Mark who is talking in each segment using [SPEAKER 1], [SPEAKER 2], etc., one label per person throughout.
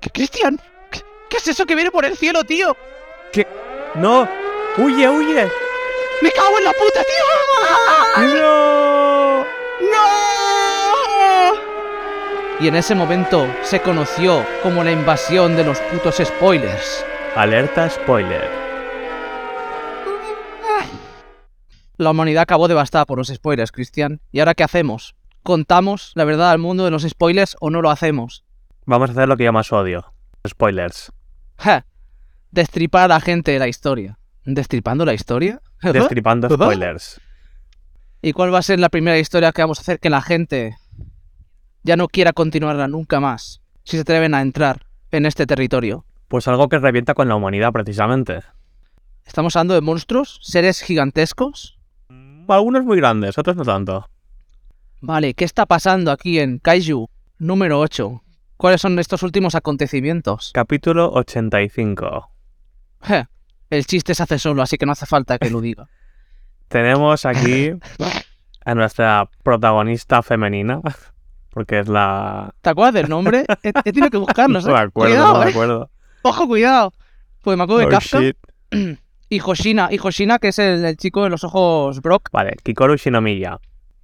[SPEAKER 1] ¿Qué, Cristian? ¿Qué, qué es eso que viene por el cielo, tío?
[SPEAKER 2] ¿Qué? ¡No! ¡Huye, huye!
[SPEAKER 1] ¡Me cago en la puta, tío! ¡Ah!
[SPEAKER 2] ¡No!
[SPEAKER 1] ¡No! Y en ese momento se conoció como la invasión de los putos spoilers.
[SPEAKER 2] Alerta spoiler.
[SPEAKER 1] La humanidad acabó devastada por los spoilers, Cristian. ¿Y ahora qué hacemos? ¿Contamos la verdad al mundo de los spoilers o no lo hacemos?
[SPEAKER 2] Vamos a hacer lo que yo más odio. Spoilers.
[SPEAKER 1] Ja. Destripar a la gente de la historia. ¿Destripando la historia?
[SPEAKER 2] Destripando
[SPEAKER 1] ¿Verdad?
[SPEAKER 2] spoilers.
[SPEAKER 1] ¿Y cuál va a ser la primera historia que vamos a hacer que la gente ya no quiera continuarla nunca más si se atreven a entrar en este territorio?
[SPEAKER 2] Pues algo que revienta con la humanidad, precisamente.
[SPEAKER 1] ¿Estamos hablando de monstruos? ¿Seres gigantescos?
[SPEAKER 2] Algunos muy grandes, otros no tanto.
[SPEAKER 1] Vale, ¿qué está pasando aquí en Kaiju número 8? ¿Cuáles son estos últimos acontecimientos?
[SPEAKER 2] Capítulo 85.
[SPEAKER 1] Je, El chiste se hace solo, así que no hace falta que lo diga.
[SPEAKER 2] Tenemos aquí a nuestra protagonista femenina, porque es la...
[SPEAKER 1] ¿Te acuerdas del nombre? He, he tenido que buscarlo.
[SPEAKER 2] No me
[SPEAKER 1] ¿sabes?
[SPEAKER 2] acuerdo,
[SPEAKER 1] cuidado,
[SPEAKER 2] no me
[SPEAKER 1] eh.
[SPEAKER 2] acuerdo.
[SPEAKER 1] Ojo, cuidado. Pues me acuerdo de
[SPEAKER 2] Oh,
[SPEAKER 1] Kafka
[SPEAKER 2] shit.
[SPEAKER 1] y Hoshina. Y Hoshina, que es el, el chico de los ojos Brock,
[SPEAKER 2] Vale, Kikoru Shinomiya.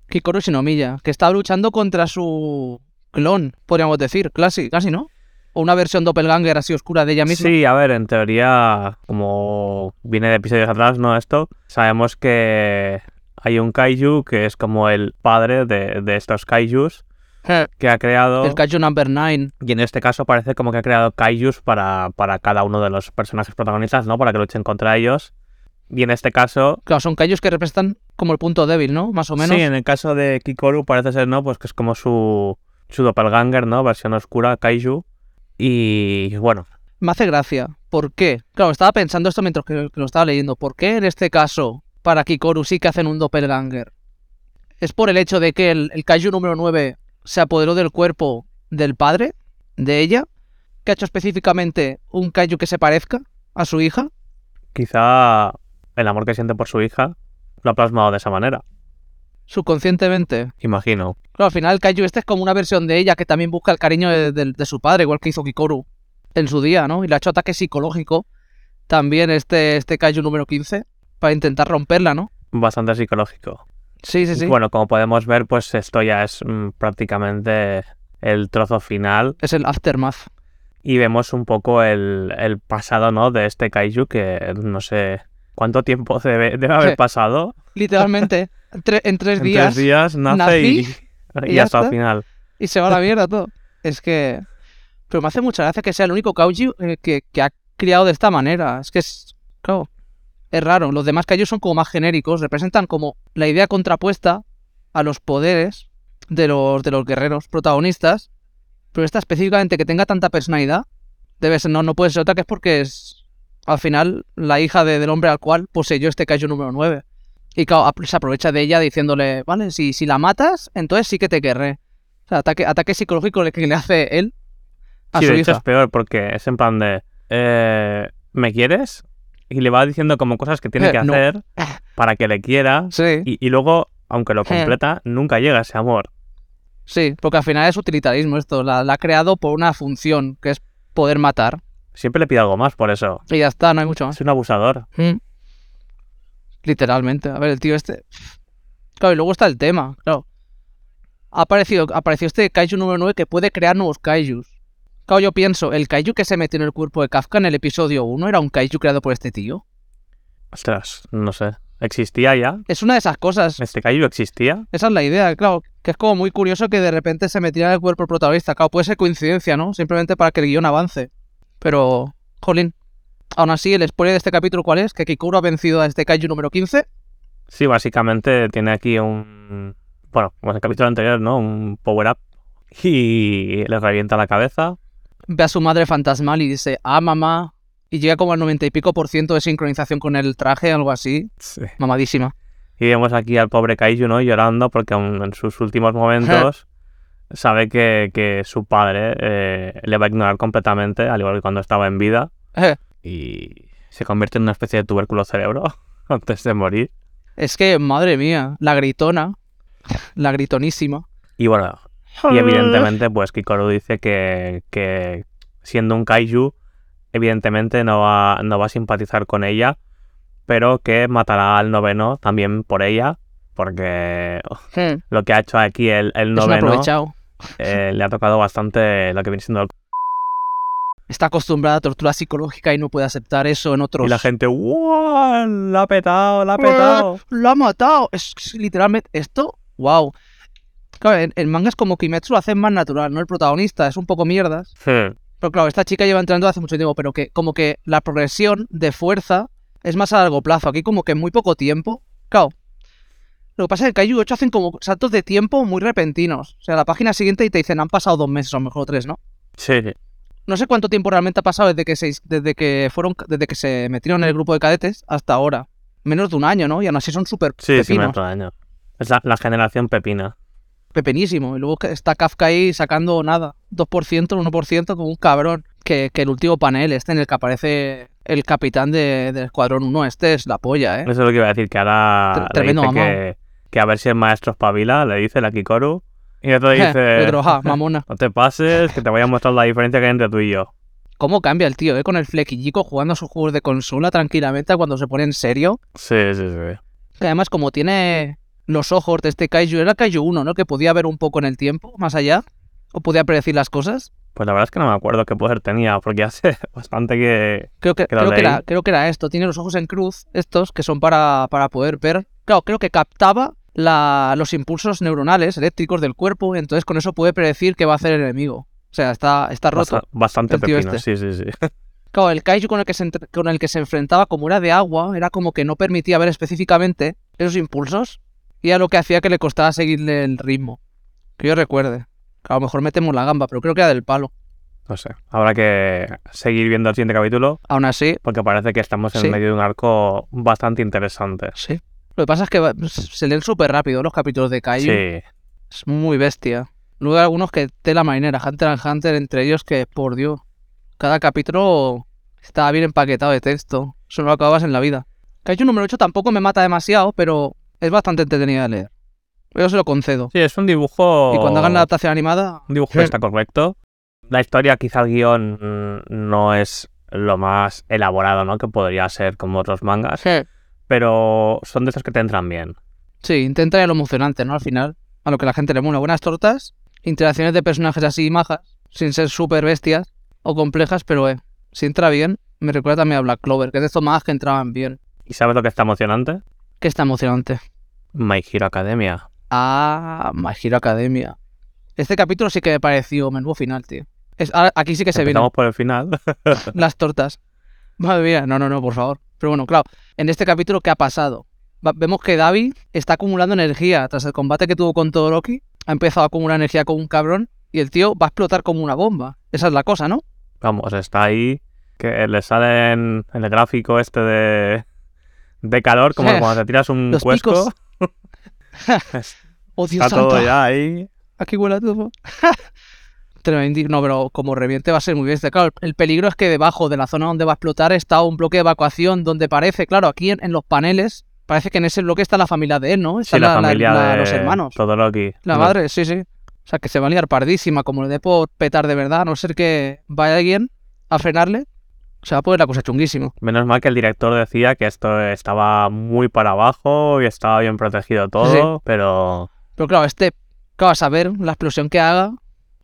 [SPEAKER 1] Kikoru Shinomiya, que estaba luchando contra su clon, podríamos decir, casi, casi, ¿no? O una versión doppelganger así oscura de ella misma. Eh,
[SPEAKER 2] Sí, a ver, en teoría, como viene de episodios atrás, ¿no? Esto, sabemos que hay un kaiju que es como el padre de, de estos kaijus
[SPEAKER 1] Je,
[SPEAKER 2] que ha creado...
[SPEAKER 1] El Kaiju Number 9.
[SPEAKER 2] Y en este caso parece como que ha creado kaijus para, para cada uno de los personajes protagonistas, ¿no? Para que luchen contra ellos. Y en este caso,
[SPEAKER 1] Claro, son kaijus que representan como el punto débil, ¿no? Más o menos.
[SPEAKER 2] sí, en el caso de Kikoru parece ser, ¿no? Pues que es como su, su doppelganger, ¿no? Versión oscura, kaiju. Y bueno,
[SPEAKER 1] Me hace gracia. ¿Por qué? Claro, estaba pensando esto mientras que que lo estaba leyendo. ¿Por qué en este caso, para Kikoru sí que hacen un doppelganger? ¿Es por el hecho de que el, el Kaiju número 9 se apoderó del cuerpo del padre, de ella? ¿Que ha hecho específicamente un Kaiju que se parezca a su hija?
[SPEAKER 2] quizá el amor que siente por su hija lo ha plasmado de esa manera,
[SPEAKER 1] Subconscientemente.
[SPEAKER 2] imagino.
[SPEAKER 1] Claro, al final el Kaiju este es como una versión de ella que también busca el cariño de, de- de su padre, igual que hizo Kikoru en su día, ¿no? Y le ha hecho ataque psicológico también este, este Kaiju número 15 para intentar romperla, ¿no?
[SPEAKER 2] Bastante psicológico.
[SPEAKER 1] Sí, sí, sí.
[SPEAKER 2] Bueno, como podemos ver, pues esto ya es mm, prácticamente el trozo final
[SPEAKER 1] Es el aftermath.
[SPEAKER 2] y vemos un poco el, el pasado, ¿no? De este kaiju que no sé cuánto tiempo debe, debe haber
[SPEAKER 1] Sí.
[SPEAKER 2] pasado.
[SPEAKER 1] Literalmente, tre- en tres
[SPEAKER 2] En
[SPEAKER 1] días
[SPEAKER 2] tres días nace
[SPEAKER 1] nací,
[SPEAKER 2] y, y
[SPEAKER 1] y ya
[SPEAKER 2] hasta el
[SPEAKER 1] está.
[SPEAKER 2] final.
[SPEAKER 1] y se va a la mierda todo. Es que... Pero me hace mucha gracia que sea el único Kaiju eh, que, que ha criado de esta manera. Es que es... Claro, es raro. Los demás Kaiju son como más genéricos. Representan como la idea contrapuesta a los poderes de los, de los guerreros protagonistas. Pero esta específicamente que tenga tanta personalidad, debe ser, no, no puede ser otra que es porque es al final la hija de- del hombre al cual poseyó este Kaiju número 9. Y claro, ap- se aprovecha de ella diciéndole, vale, si, si la matas, entonces sí que te querré. O sea, ataque, ataque psicológico le- que le hace él a
[SPEAKER 2] Sí,
[SPEAKER 1] su
[SPEAKER 2] de hecho
[SPEAKER 1] hija.
[SPEAKER 2] es peor porque es en plan de eh, ¿me quieres? Y le va diciendo como cosas que tiene
[SPEAKER 1] Eh,
[SPEAKER 2] que
[SPEAKER 1] no.
[SPEAKER 2] hacer para que le quiera.
[SPEAKER 1] Sí, Eh.
[SPEAKER 2] Y, y luego, aunque lo completa, nunca llega ese amor.
[SPEAKER 1] sí, porque al final es utilitarismo esto. La, la ha creado por una función, que es poder matar.
[SPEAKER 2] Siempre le pide algo más por eso.
[SPEAKER 1] Y ya está, no hay mucho más.
[SPEAKER 2] Es un abusador.
[SPEAKER 1] Mm. Literalmente. A ver, el tío este. Claro, y luego está el tema, claro. Ha aparecido, apareció este Kaiju número 9 que puede crear nuevos Kaijus. Claro, yo pienso, el Kaiju que se metió en el cuerpo de Kafka en el episodio 1 era un Kaiju creado por este tío.
[SPEAKER 2] Ostras, no sé. ¿Existía ya?
[SPEAKER 1] Es una de esas cosas.
[SPEAKER 2] ¿Este kaiju existía?
[SPEAKER 1] Esa es la idea, claro. Que es como muy curioso que de repente se metiera en el cuerpo el protagonista. Claro, puede ser coincidencia, ¿no? Simplemente para que el guión avance. Pero, jolín. Aún así, el spoiler de este capítulo, ¿cuál es? Que Kikuro ha vencido a este Kaiju número 15.
[SPEAKER 2] Sí, básicamente tiene aquí un. Bueno, como en el capítulo anterior, ¿no? Un power up. Y le revienta la cabeza.
[SPEAKER 1] ve a su madre fantasmal y dice, ah, mamá. Y llega como al 90 y pico por ciento de sincronización con el traje, algo así. Mamadísima.
[SPEAKER 2] Y vemos aquí al pobre Kaiju, ¿no? Llorando porque aún en sus últimos momentos sabe que, que su padre eh, le va a ignorar completamente, al igual que cuando estaba en vida.
[SPEAKER 1] Eh.
[SPEAKER 2] Y se convierte en una especie de tubérculo cerebro antes de morir.
[SPEAKER 1] Es que, madre mía, la gritona. La gritonísima.
[SPEAKER 2] Y bueno, Y evidentemente, pues Kikoru dice que, que siendo un kaiju, evidentemente no va, no va a simpatizar con ella, pero que matará al noveno también por ella, porque
[SPEAKER 1] Hmm,
[SPEAKER 2] lo que ha hecho aquí el, el
[SPEAKER 1] Es un
[SPEAKER 2] noveno
[SPEAKER 1] aprovechado.
[SPEAKER 2] eh, le ha tocado bastante lo que viene siendo el...
[SPEAKER 1] Está acostumbrada a tortura psicológica y no puede aceptar eso en otros.
[SPEAKER 2] Y la gente, ¡wow! La ha petado, la ha petado.
[SPEAKER 1] ¡Lo ha matado! Es es literalmente esto. ¡Wow! Claro, en, en mangas como Kimetsu lo hacen más natural, ¿no? El protagonista es un poco mierdas.
[SPEAKER 2] Hmm,
[SPEAKER 1] Pero claro, esta chica lleva entrando hace mucho tiempo, pero que como que la progresión de fuerza es más a largo plazo. Aquí como que en muy poco tiempo. Claro. Lo que pasa es que en Kaiju 8 hacen como saltos de tiempo muy repentinos. O sea, la página siguiente y te dicen han pasado dos meses, o a lo mejor tres, ¿no?
[SPEAKER 2] Sí,
[SPEAKER 1] No sé cuánto tiempo realmente ha pasado desde que se, desde que fueron, desde que se metieron en el grupo de cadetes hasta ahora. Menos de un año, ¿no? Y aún así son súper
[SPEAKER 2] sí, sí, me
[SPEAKER 1] pepinos.
[SPEAKER 2] ha daño. Es la, la generación pepina.
[SPEAKER 1] pepenísimo. Y luego que está Kafka ahí sacando nada, 2%, 1%, como un cabrón. Que, que el último panel, este en el que aparece el capitán de- del Escuadrón 1, este es la polla, ¿eh?
[SPEAKER 2] Eso es lo que iba a decir, que ahora
[SPEAKER 1] Tre-
[SPEAKER 2] le dice
[SPEAKER 1] tremendo mamón.
[SPEAKER 2] que, que a ver si el maestro espabila, le dice la Kikoru. Y el otro
[SPEAKER 1] Je,
[SPEAKER 2] dice,
[SPEAKER 1] Pedro, ja, mamona.
[SPEAKER 2] no te pases, que te voy a mostrar la diferencia que hay entre tú y yo.
[SPEAKER 1] ¿Cómo cambia el tío, eh? Con el flequillico jugando a sus juegos de consola tranquilamente cuando se pone en serio.
[SPEAKER 2] Sí, sí, sí.
[SPEAKER 1] Que además, como tiene los ojos de este Kaiju, era Kaiju 1, ¿no? Que podía ver un poco en el tiempo, más allá. O podía predecir las cosas.
[SPEAKER 2] Pues la verdad es que no me acuerdo qué poder tenía, porque hace bastante que...
[SPEAKER 1] Creo que,
[SPEAKER 2] Que lo
[SPEAKER 1] creo que,
[SPEAKER 2] leí.
[SPEAKER 1] era, creo que era esto. Tiene los ojos en cruz, estos, que son para, para poder ver. Claro, creo que captaba la- los impulsos neuronales eléctricos del cuerpo, entonces con eso puede predecir qué va a hacer el enemigo. O sea, está, está roto.
[SPEAKER 2] basta- Bastante
[SPEAKER 1] el tío este.
[SPEAKER 2] pepino, sí, sí, sí.
[SPEAKER 1] Claro, el kaiju con el, que se, entre- con el que se enfrentaba, como era de agua, era como que no permitía ver específicamente esos impulsos. Y era lo que hacía que le costaba seguirle el ritmo. Que yo recuerde. A lo mejor metemos la gamba, pero creo que era del palo.
[SPEAKER 2] No sé. Habrá que seguir viendo el siguiente capítulo,
[SPEAKER 1] Aún así,
[SPEAKER 2] porque parece que estamos en
[SPEAKER 1] Sí.
[SPEAKER 2] medio de un arco bastante interesante.
[SPEAKER 1] sí. Lo que pasa es que va- se leen súper rápido los capítulos de kaiju.
[SPEAKER 2] Sí.
[SPEAKER 1] Es muy bestia. Luego hay algunos que tela marinera, Hunter and Hunter, entre ellos que, por Dios, cada capítulo estaba bien empaquetado de texto. Eso no lo acababas en la vida. Kaiju número 8 tampoco me mata demasiado, pero es bastante entretenida de leer. Yo se lo concedo.
[SPEAKER 2] Sí, es un dibujo...
[SPEAKER 1] Y cuando hagan la adaptación animada,
[SPEAKER 2] Un dibujo
[SPEAKER 1] Sí.
[SPEAKER 2] está correcto. La historia, quizá el guión mm, no es lo más elaborado, ¿no? Que podría ser como otros mangas,
[SPEAKER 1] sí,
[SPEAKER 2] pero son de esos que te entran bien.
[SPEAKER 1] sí, intenta ir a lo emocionante, ¿no? Al final, a lo que la gente le mola. Buenas tortas, interacciones de personajes así majas, sin ser súper bestias o complejas, pero eh, si entra bien, me recuerda también a Black Clover, que es de estos más que entraban bien.
[SPEAKER 2] ¿Y sabes lo que está emocionante?
[SPEAKER 1] Que está emocionante.
[SPEAKER 2] My Hero Academia.
[SPEAKER 1] Ah, My Hero Academia. Este capítulo sí que me pareció menudo final, tío. Es- ahora- aquí sí que se
[SPEAKER 2] Empezamos por el final.
[SPEAKER 1] vienen las tortas. Madre mía, no, no, no, por favor. Pero bueno, claro, en este capítulo, ¿qué ha pasado? Va- vemos que Davi está acumulando energía. Tras el combate que tuvo con Todoroki, ha empezado a acumular energía como un cabrón y el tío va a explotar como una bomba. Esa es la cosa, ¿no?
[SPEAKER 2] Vamos, está ahí, que le salen en el gráfico este de, de calor, como
[SPEAKER 1] Sí.
[SPEAKER 2] cuando te tiras un
[SPEAKER 1] Los
[SPEAKER 2] cuesco.
[SPEAKER 1] picos. ¡Oh, Dios
[SPEAKER 2] Está todo
[SPEAKER 1] santo!
[SPEAKER 2] ya ahí.
[SPEAKER 1] Aquí huele a todo. Tremendo. No, pero como reviente va a ser muy bestia. Claro, el peligro es que debajo de la zona donde va a explotar está un bloque de evacuación donde parece, claro, aquí en, en los paneles, parece que en ese bloque está la familia de él, ¿no? Está
[SPEAKER 2] Sí, la, familia de
[SPEAKER 1] los hermanos.
[SPEAKER 2] Todoroki.
[SPEAKER 1] La
[SPEAKER 2] No,
[SPEAKER 1] madre, sí, sí. O sea, que se va a liar pardísima, como le dé por petar de verdad, a no ser que vaya alguien a frenarle. Se va a poner la cosa chunguísimo.
[SPEAKER 2] Menos mal que el director decía que esto estaba muy para abajo y estaba bien protegido todo, pero
[SPEAKER 1] Pero claro, este, claro, a saber la explosión que haga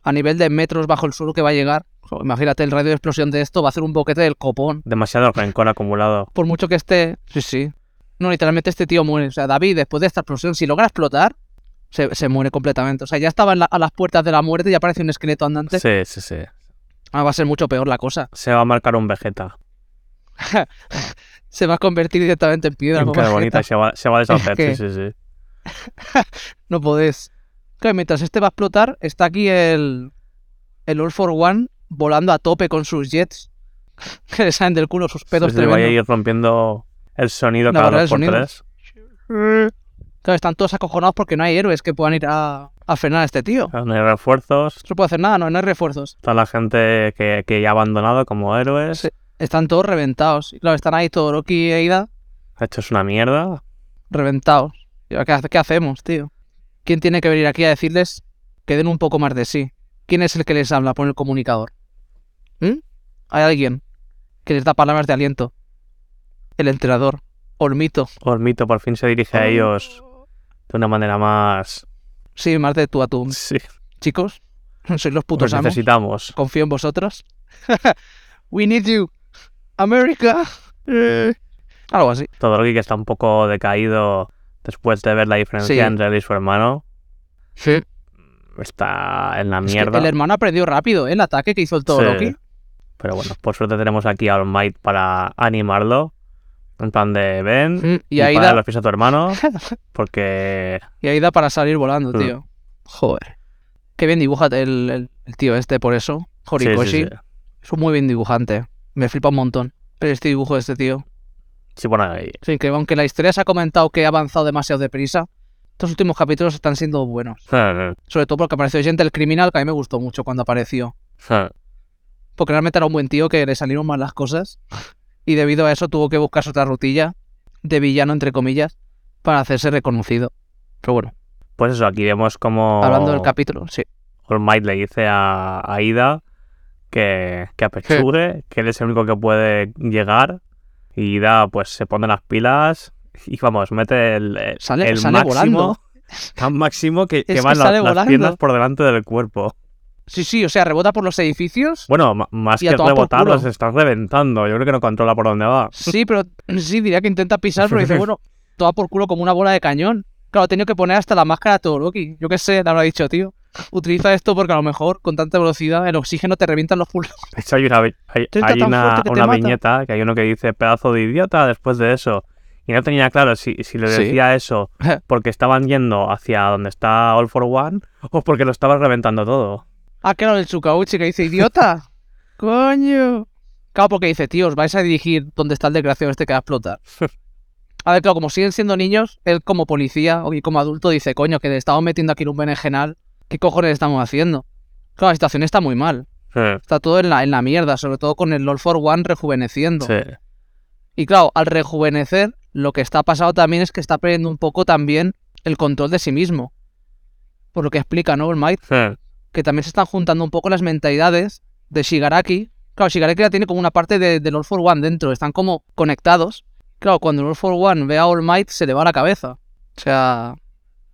[SPEAKER 1] a nivel de metros bajo el suelo que va a llegar. Joder, Imagínate el radio de explosión de esto, va a hacer un boquete del copón.
[SPEAKER 2] demasiado rencor acumulado.
[SPEAKER 1] por mucho que esté. Sí, sí. No, literalmente este tío muere. O sea, David, después de esta explosión, si logra explotar, se, se muere completamente. O sea, ya estaba en la- a las puertas de la muerte y aparece un esqueleto andante.
[SPEAKER 2] Sí, sí, sí.
[SPEAKER 1] Ahora va a ser mucho peor la cosa.
[SPEAKER 2] Se va a marcar un Vegeta.
[SPEAKER 1] Se va a convertir directamente en piedra.
[SPEAKER 2] Qué
[SPEAKER 1] como Vegeta.
[SPEAKER 2] bonita, se va, se va a deshacer,
[SPEAKER 1] que-
[SPEAKER 2] sí, sí, sí.
[SPEAKER 1] No podés. Claro, y mientras este va a explotar, está aquí el, el All for One volando a tope con sus jets. Que le salen del culo sus pedos
[SPEAKER 2] Sí, sí, vaya a
[SPEAKER 1] tremendos.
[SPEAKER 2] ir rompiendo el sonido
[SPEAKER 1] La
[SPEAKER 2] cada
[SPEAKER 1] barrera
[SPEAKER 2] dos
[SPEAKER 1] de
[SPEAKER 2] por tres.
[SPEAKER 1] Claro, están todos acojonados porque no hay héroes que puedan ir a, a frenar a este tío.
[SPEAKER 2] Claro, No hay refuerzos,
[SPEAKER 1] No se puede hacer nada, no, no hay refuerzos.
[SPEAKER 2] toda la gente que, que ya ha abandonado como héroes.
[SPEAKER 1] Sí. Están todos reventados. Y claro, están ahí Todoroki y Eida
[SPEAKER 2] Esto es una mierda.
[SPEAKER 1] reventados. Y ahora, ¿Qué, hace- qué hacemos, tío? ¿Quién tiene que venir aquí a decirles que den un poco más de sí? ¿Quién es el que les habla por el comunicador? ¿Mm? hay alguien que les da palabras de aliento. El entrenador, Olmito.
[SPEAKER 2] Ormito por fin se dirige a ellos de una manera más...
[SPEAKER 1] Sí, más de tú a tú.
[SPEAKER 2] Sí,
[SPEAKER 1] Chicos, sois los
[SPEAKER 2] os
[SPEAKER 1] putos amos.
[SPEAKER 2] necesitamos.
[SPEAKER 1] Confío en vosotros. We need you. America. Eh, Algo así.
[SPEAKER 2] Todoroki que está un poco decaído después de ver la diferencia
[SPEAKER 1] Sí.
[SPEAKER 2] entre él y su hermano.
[SPEAKER 1] Sí.
[SPEAKER 2] Está en la
[SPEAKER 1] Es que
[SPEAKER 2] mierda.
[SPEAKER 1] el hermano aprendió rápido ¿eh? el ataque que hizo el Todoroki.
[SPEAKER 2] Sí. Pero bueno, por suerte tenemos aquí a All Might para animarlo. En plan de ven
[SPEAKER 1] Mm, Y
[SPEAKER 2] y para
[SPEAKER 1] Aida,
[SPEAKER 2] los pies a tu hermano. Porque
[SPEAKER 1] y Aida para salir volando,
[SPEAKER 2] Mm.
[SPEAKER 1] tío. Joder. Qué bien dibuja el, el- el tío este, por eso.
[SPEAKER 2] sí, sí,
[SPEAKER 1] Horikoshi.
[SPEAKER 2] sí.
[SPEAKER 1] Es un muy bien dibujante. Me flipa un montón. Pero este dibujo de este tío.
[SPEAKER 2] Sí, bueno, y-
[SPEAKER 1] Sí, que aunque la historia se ha comentado que ha avanzado demasiado deprisa, estos últimos capítulos están siendo buenos. Sobre todo porque apareció gente el criminal, que a mí me gustó mucho cuando apareció. Porque realmente era un buen tío que le salieron mal las cosas. Y debido a eso tuvo que buscar otra rutilla de villano, entre comillas, para hacerse reconocido. Pero bueno,
[SPEAKER 2] Pues eso, aquí vemos como
[SPEAKER 1] hablando del capítulo, sí.
[SPEAKER 2] All Might le dice a, a Ida que, que apechugue, que él es el único que puede llegar. Y Ida pues se pone las pilas y vamos, mete el, el-
[SPEAKER 1] Sale-
[SPEAKER 2] el
[SPEAKER 1] sale
[SPEAKER 2] máximo,
[SPEAKER 1] volando.
[SPEAKER 2] tan máximo que, que
[SPEAKER 1] que
[SPEAKER 2] van la-
[SPEAKER 1] sale
[SPEAKER 2] las
[SPEAKER 1] volando.
[SPEAKER 2] piernas por delante del cuerpo.
[SPEAKER 1] Sí, sí, o sea, rebota por los edificios.
[SPEAKER 2] Bueno, ma- más
[SPEAKER 1] Y a
[SPEAKER 2] que
[SPEAKER 1] tomar por
[SPEAKER 2] rebotar,
[SPEAKER 1] culo.
[SPEAKER 2] los están reventando. Yo creo que no controla por dónde va.
[SPEAKER 1] Sí, pero sí, diría que intenta pisar, pero dice, bueno, toda por culo como una bola de cañón. Claro, ha tenido que poner hasta la máscara a Todoroki. Yo qué sé, le habrá dicho, tío. Utiliza esto porque a lo mejor con tanta velocidad el oxígeno te revientan los pulmones.
[SPEAKER 2] De hecho, hay una, vi- hay,
[SPEAKER 1] Te entra
[SPEAKER 2] hay
[SPEAKER 1] Este tan
[SPEAKER 2] una,
[SPEAKER 1] fuerte que te
[SPEAKER 2] una
[SPEAKER 1] mata.
[SPEAKER 2] viñeta que hay uno que dice pedazo de idiota después de eso. Y no tenía claro si, si le
[SPEAKER 1] Sí.
[SPEAKER 2] decía eso porque estaban yendo hacia donde está All for One o porque lo estaba reventando todo.
[SPEAKER 1] Ah, claro, el Tsukauchi que dice, idiota. Coño. Claro, porque dice, tío, os vais a dirigir donde está el desgraciado este que va a explotar. A ver, claro, como siguen siendo niños, él como policía o y como adulto dice, coño, que le estamos metiendo aquí en un berenjenal. ¿Qué cojones estamos haciendo? Claro, la situación está muy mal.
[SPEAKER 2] Eh,
[SPEAKER 1] Está todo en la, en la mierda, sobre todo con el All for One rejuveneciendo.
[SPEAKER 2] sí.
[SPEAKER 1] Y claro, al rejuvenecer, lo que está pasado también es que está perdiendo un poco también el control de sí mismo. Por lo que explica ¿no? All Might,
[SPEAKER 2] Eh,
[SPEAKER 1] que también se están juntando un poco las mentalidades de Shigaraki. Claro, Shigaraki ya tiene como una parte de- del All for One dentro, están como conectados. Claro, cuando el All for One ve a All Might, se le va la cabeza. O sea,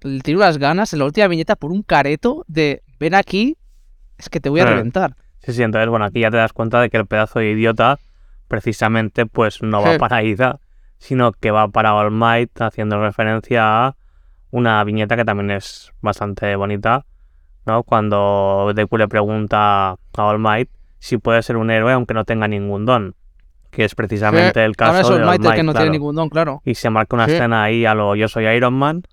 [SPEAKER 1] le tiro las ganas en la última viñeta por un careto de ven aquí, es que te voy a
[SPEAKER 2] Eh.
[SPEAKER 1] reventar.
[SPEAKER 2] sí, sí, entonces, bueno, aquí ya te das cuenta de que el pedazo de idiota precisamente pues no va
[SPEAKER 1] Sí.
[SPEAKER 2] para Ida, sino que va para All Might haciendo referencia a una viñeta que también es bastante bonita, ¿no? Cuando Deku le pregunta a All Might si puede ser un héroe aunque no tenga ningún don, que es precisamente el caso
[SPEAKER 1] Eh, Ahora es
[SPEAKER 2] de
[SPEAKER 1] All Might el que no
[SPEAKER 2] claro.
[SPEAKER 1] tiene ningún don, claro.
[SPEAKER 2] Y se marca una
[SPEAKER 1] Sí.
[SPEAKER 2] escena ahí a lo yo soy Iron Man.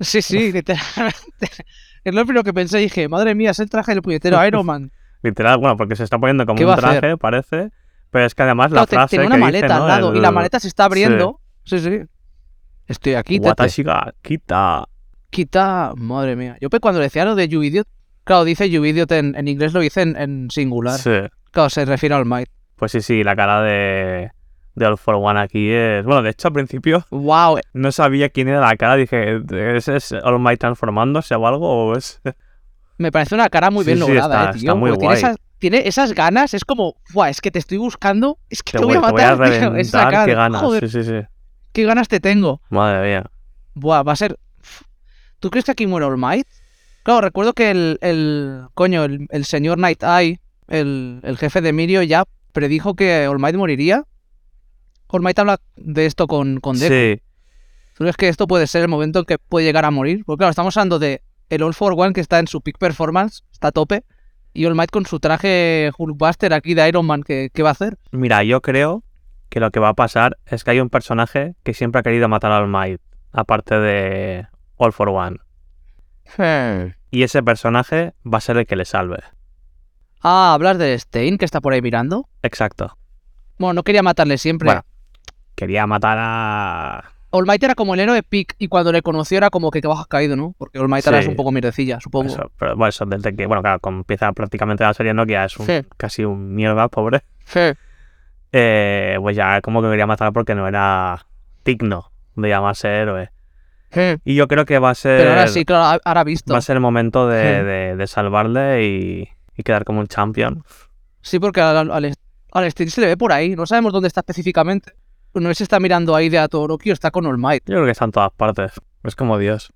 [SPEAKER 1] Sí, sí, literalmente. Es lo primero que pensé, dije, madre mía, es el traje del puñetero Iron Man.
[SPEAKER 2] Literal, bueno, porque se está poniendo como
[SPEAKER 1] ¿Qué va
[SPEAKER 2] un
[SPEAKER 1] a hacer?
[SPEAKER 2] traje, parece. Pero es que además
[SPEAKER 1] Claro,
[SPEAKER 2] la
[SPEAKER 1] te-
[SPEAKER 2] frase
[SPEAKER 1] tenía una
[SPEAKER 2] que
[SPEAKER 1] maleta
[SPEAKER 2] dice, ¿no?
[SPEAKER 1] al lado y
[SPEAKER 2] El-
[SPEAKER 1] la maleta se está abriendo. Sí, sí. Estoy aquí, tete.
[SPEAKER 2] Watashi ga kita.
[SPEAKER 1] Quita, madre mía. Yo pe- cuando le decía lo de You Idiot, claro, dice You Idiot en, en inglés, lo dice en, en singular.
[SPEAKER 2] Sí.
[SPEAKER 1] Claro, se refiere al Might.
[SPEAKER 2] Pues sí, sí, la cara de, de All for One aquí es... Bueno, de hecho, al principio
[SPEAKER 1] Wow,
[SPEAKER 2] no sabía quién era la cara. Dije, ¿es, es All Might transformándose o algo? ¿O es...?
[SPEAKER 1] me parece una cara muy
[SPEAKER 2] Sí,
[SPEAKER 1] bien
[SPEAKER 2] sí,
[SPEAKER 1] lograda,
[SPEAKER 2] está-
[SPEAKER 1] eh, tío.
[SPEAKER 2] está muy
[SPEAKER 1] porque tiene,
[SPEAKER 2] guay.
[SPEAKER 1] esas, tiene esas ganas, es como, buah, es que te estoy buscando, es que te, voy a matar, tío. Es esa
[SPEAKER 2] reventar, qué
[SPEAKER 1] cara,
[SPEAKER 2] ganas.
[SPEAKER 1] joder,
[SPEAKER 2] Sí, sí, sí.
[SPEAKER 1] qué ganas te tengo.
[SPEAKER 2] Madre mía.
[SPEAKER 1] Buah, va a ser. ¿Tú crees que aquí muere All Might? Claro, recuerdo que el. el coño, el, el señor Night Eye, el, el jefe de Mirio, ya predijo que All Might moriría. All Might habla de esto con, con Deku.
[SPEAKER 2] Sí,
[SPEAKER 1] ¿Tú crees que esto puede ser el momento en que puede llegar a morir? Porque claro, estamos hablando de el All for One que está en su peak performance, está a tope, y All Might con su traje Hulkbuster aquí de Iron Man, ¿qué, qué va a hacer?
[SPEAKER 2] Mira, yo creo que lo que va a pasar es que hay un personaje que siempre ha querido matar a All Might, aparte de All for One. Y ese personaje va a ser el que le salve.
[SPEAKER 1] Ah, hablas de Stein que está por ahí mirando.
[SPEAKER 2] Exacto.
[SPEAKER 1] Bueno, no quería matarle siempre.
[SPEAKER 2] Bueno, quería matar a...
[SPEAKER 1] All Might era como el héroe Pick y cuando le conoció era como que, que bajas caído, ¿no? Porque All Might ahora
[SPEAKER 2] Sí.
[SPEAKER 1] es un poco mierdecilla, supongo.
[SPEAKER 2] Eso, pero bueno, eso desde que, bueno, claro, como empieza prácticamente la serie, ¿no? Que ya es un-
[SPEAKER 1] Sí.
[SPEAKER 2] casi un mierda, pobre. Eh, pues ya como que quería matar porque no era digno de llamarse héroe. Y yo creo que va a ser...
[SPEAKER 1] Pero ahora sí, claro, a- ahora visto.
[SPEAKER 2] Va a ser el momento de,
[SPEAKER 1] Sí.
[SPEAKER 2] de- de salvarle y, y quedar como un champion.
[SPEAKER 1] Sí, porque al, al- al- Al Steel se le ve por ahí, no sabemos dónde está específicamente. No sé si está mirando ahí de a Todoroki o está con All Might.
[SPEAKER 2] Yo creo que está en todas partes. Es como Dios.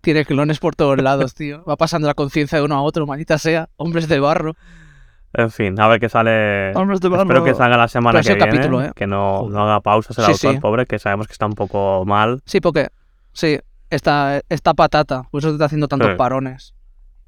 [SPEAKER 1] Tiene clones por todos lados, tío. Va pasando la conciencia de uno a otro, manita sea. Hombres de barro.
[SPEAKER 2] En fin, a ver qué sale.
[SPEAKER 1] Hombres de barro.
[SPEAKER 2] Eh, Espero que salga la semana que
[SPEAKER 1] Próximo
[SPEAKER 2] viene.
[SPEAKER 1] capítulo, ¿eh?
[SPEAKER 2] Que no,
[SPEAKER 1] Joder.
[SPEAKER 2] no haga pausas el
[SPEAKER 1] Sí,
[SPEAKER 2] autor,
[SPEAKER 1] sí.
[SPEAKER 2] pobre, que sabemos que está un poco mal.
[SPEAKER 1] Sí, porque. Sí, esta, esta patata. Por eso te está haciendo tantos
[SPEAKER 2] Sí.
[SPEAKER 1] parones.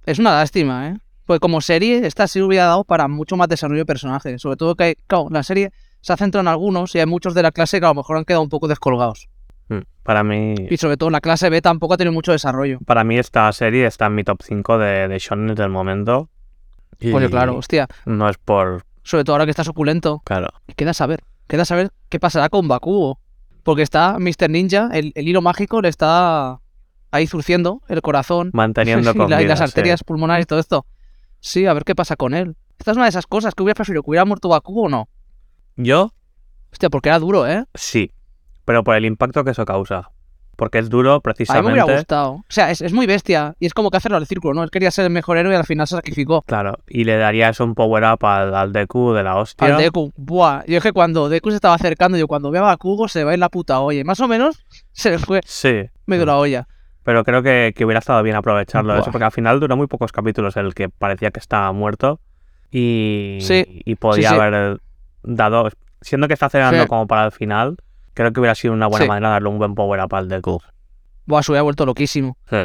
[SPEAKER 1] Es una lástima, ¿eh? Pues como serie, esta sí hubiera dado para mucho más desarrollo de personajes. Sobre todo que, hay- claro, la serie se ha centrado en algunos y hay muchos de la clase que a lo mejor han quedado un poco descolgados.
[SPEAKER 2] Mm, Para mí,
[SPEAKER 1] Y sobre todo en la clase B tampoco ha tenido mucho desarrollo.
[SPEAKER 2] para mí esta serie está en mi top 5 de, de shonen del momento. Y
[SPEAKER 1] Oye, Pues claro, hostia.
[SPEAKER 2] No es por.
[SPEAKER 1] Sobre todo ahora que está suculento.
[SPEAKER 2] Claro.
[SPEAKER 1] Queda saber. Queda saber qué pasará con Bakugo. Porque está Mr. Ninja, el, el hilo mágico le está ahí zurciendo el corazón
[SPEAKER 2] Manteniendo
[SPEAKER 1] y,
[SPEAKER 2] con
[SPEAKER 1] la- y
[SPEAKER 2] vida,
[SPEAKER 1] las
[SPEAKER 2] sí.
[SPEAKER 1] arterias pulmonares y todo esto. Sí, a ver qué pasa con él. Esta es una de esas cosas que hubiera preferido que hubiera muerto Bakugo o no.
[SPEAKER 2] Yo
[SPEAKER 1] Hostia, porque era duro, ¿eh?
[SPEAKER 2] sí, pero por el impacto que eso causa. Porque es duro
[SPEAKER 1] A mí me
[SPEAKER 2] precisamente.
[SPEAKER 1] hubiera gustado. O sea, es, es muy bestia. Y es como que hacerlo al círculo, ¿no? Él quería ser el mejor héroe y al final se sacrificó.
[SPEAKER 2] Claro, y le daría eso un power up al, al Deku de la hostia.
[SPEAKER 1] Al Deku. Buah. Yo es que cuando Deku se estaba acercando, yo cuando veo a Bakugo se va a ir la puta olla. Y más o menos se le fue
[SPEAKER 2] Sí,
[SPEAKER 1] medio la olla.
[SPEAKER 2] pero creo que, que hubiera estado bien aprovecharlo eso,
[SPEAKER 1] Buah.
[SPEAKER 2] porque al final duró muy pocos capítulos el que parecía que estaba muerto y,
[SPEAKER 1] Sí,
[SPEAKER 2] y podía
[SPEAKER 1] sí, sí.
[SPEAKER 2] haber dado, siendo que está cenando
[SPEAKER 1] Sí.
[SPEAKER 2] como para el final, creo que hubiera sido una buena
[SPEAKER 1] Sí.
[SPEAKER 2] manera de darle un buen power up al Deku.
[SPEAKER 1] Buah, se hubiera vuelto loquísimo.
[SPEAKER 2] Sí.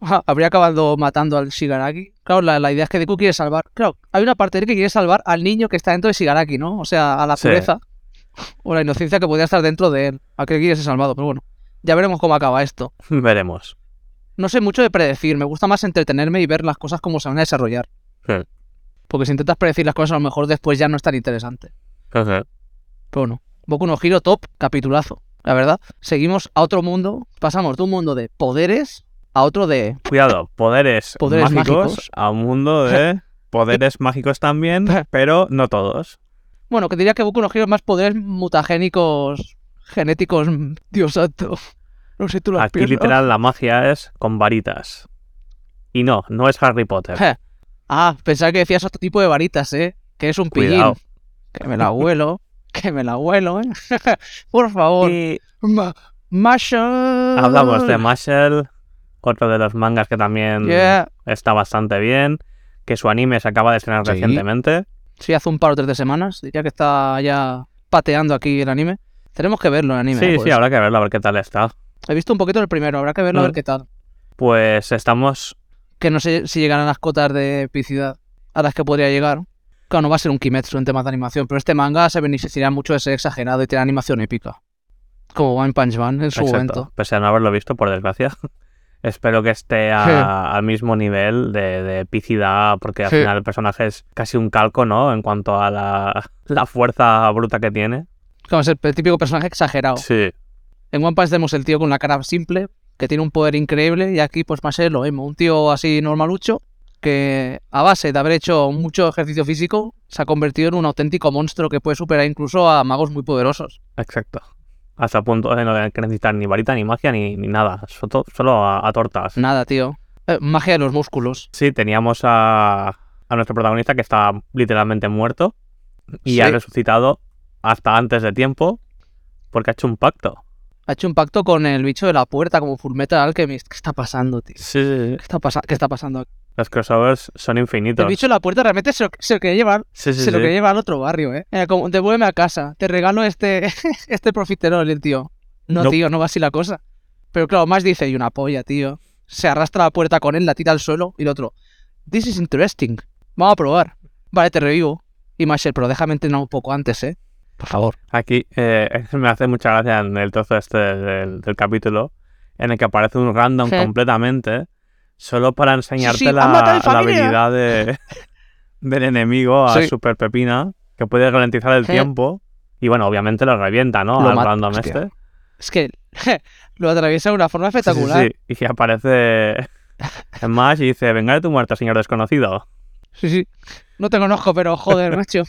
[SPEAKER 1] Habría acabado matando al Shigaraki. Claro, la, la idea es que Deku quiere salvar. Claro, hay una parte de él que quiere salvar al niño que está dentro de Shigaraki, ¿no? O sea, a la
[SPEAKER 2] Sí.
[SPEAKER 1] pureza o la inocencia que podía estar dentro de él. A que quiere ser salvado, pero bueno. Ya veremos cómo acaba esto.
[SPEAKER 2] Veremos.
[SPEAKER 1] No sé mucho de predecir, me gusta más entretenerme y ver las cosas como se van a desarrollar.
[SPEAKER 2] Sí.
[SPEAKER 1] Porque si intentas predecir las cosas, a lo mejor después ya no es tan interesante. Pero bueno, Boku no Giro top, capitulazo. La verdad, seguimos a otro mundo, pasamos de un mundo de poderes a otro de
[SPEAKER 2] Cuidado, poderes,
[SPEAKER 1] Poderes
[SPEAKER 2] mágicos,
[SPEAKER 1] mágicos.
[SPEAKER 2] a un mundo de poderes mágicos también, pero no todos.
[SPEAKER 1] Bueno, que diría que Boku no Hero es más poderes mutagénicos, genéticos, mm, Dios santo. No sé tú las
[SPEAKER 2] Aquí
[SPEAKER 1] piernas.
[SPEAKER 2] literal la magia es con varitas. Y no, no es Harry Potter.
[SPEAKER 1] Ah, pensaba que decías otro tipo de varitas, ¿eh? Que es un pillín.
[SPEAKER 2] Cuidado.
[SPEAKER 1] Que me la vuelo, que me la vuelo, ¿eh? Por favor.
[SPEAKER 2] Y
[SPEAKER 1] Ma- Marshall.
[SPEAKER 2] Hablamos de Marshall, otro de los mangas que también
[SPEAKER 1] Yeah.
[SPEAKER 2] está bastante bien, que su anime se acaba de estrenar
[SPEAKER 1] Sí.
[SPEAKER 2] recientemente.
[SPEAKER 1] Sí, hace un par o tres de semanas. Diría que está ya pateando aquí el anime. Tenemos que verlo el anime.
[SPEAKER 2] sí,
[SPEAKER 1] pues.
[SPEAKER 2] sí, habrá que verlo, a ver qué tal está.
[SPEAKER 1] He visto un poquito el primero, habrá que verlo a ver
[SPEAKER 2] Mm.
[SPEAKER 1] qué tal.
[SPEAKER 2] Pues estamos,
[SPEAKER 1] que no sé si llegarán las cotas de epicidad a las que podría llegar. Claro, no va a ser un Kimetsu en temas de animación, pero este manga se beneficiará mucho de ser exagerado y tener animación épica. Como One Punch Man en su
[SPEAKER 2] exacto,
[SPEAKER 1] momento.
[SPEAKER 2] pese a no haberlo visto, por desgracia, espero que esté a-
[SPEAKER 1] Sí.
[SPEAKER 2] al mismo nivel de, de epicidad, porque al
[SPEAKER 1] Sí.
[SPEAKER 2] final el personaje es casi un calco, ¿no? En cuanto a la, la fuerza bruta que tiene.
[SPEAKER 1] Claro, es el típico personaje exagerado.
[SPEAKER 2] Sí.
[SPEAKER 1] En One Punch tenemos el tío con la cara simple, que tiene un poder increíble, y aquí pues más es lo mismo. Un tío así normalucho, que a base de haber hecho mucho ejercicio físico, se ha convertido en un auténtico monstruo que puede superar incluso a magos muy poderosos.
[SPEAKER 2] Exacto. Hasta el punto de no necesitar ni varita, ni magia, ni, ni nada. Solo, solo a- a tortas.
[SPEAKER 1] Nada, tío. Eh, magia de los músculos.
[SPEAKER 2] Sí, teníamos a, a nuestro protagonista que está literalmente muerto y
[SPEAKER 1] Sí.
[SPEAKER 2] ha resucitado hasta antes de tiempo porque ha hecho un pacto.
[SPEAKER 1] Ha hecho un pacto con el bicho de la puerta, como Fullmetal Alchemist. ¿Qué está pasando, tío?
[SPEAKER 2] Sí,
[SPEAKER 1] ¿Qué está, pasa- qué está pasando?
[SPEAKER 2] Los crossovers son infinitos.
[SPEAKER 1] El bicho de la puerta realmente se lo, se lo quería llevar,
[SPEAKER 2] Sí, sí,
[SPEAKER 1] se lo
[SPEAKER 2] sí.
[SPEAKER 1] quería llevar al otro barrio, ¿eh? Era como, devuélveme a casa, te regalo este, este profiterol, y el tío. No,
[SPEAKER 2] No.
[SPEAKER 1] tío, no va así la cosa. Pero claro, más dice, y una polla, tío. Se arrastra a la puerta con él, la tira al suelo, y el otro, this is interesting. Vamos a probar. Vale, te revivo. Y Marshall, pero déjame entrenar un poco antes, ¿eh? Por favor.
[SPEAKER 2] Aquí eh, me hace mucha gracia en el trozo este del, del capítulo en el que aparece un random
[SPEAKER 1] Sí.
[SPEAKER 2] completamente solo para enseñarte
[SPEAKER 1] sí, han matado a
[SPEAKER 2] la,
[SPEAKER 1] mi
[SPEAKER 2] la
[SPEAKER 1] familia.
[SPEAKER 2] habilidad de- del enemigo a
[SPEAKER 1] Sí.
[SPEAKER 2] Super Pepina que puede ralentizar el
[SPEAKER 1] Sí.
[SPEAKER 2] tiempo y bueno, obviamente lo revienta, ¿no?
[SPEAKER 1] Lo
[SPEAKER 2] Al
[SPEAKER 1] mata,
[SPEAKER 2] random
[SPEAKER 1] hostia.
[SPEAKER 2] este.
[SPEAKER 1] Es que lo atraviesa de una forma
[SPEAKER 2] Sí, sí,
[SPEAKER 1] espectacular.
[SPEAKER 2] sí. Y que aparece Smash y dice, venga de tu muerte, señor desconocido.
[SPEAKER 1] Sí, sí. No te conozco, pero joder, macho.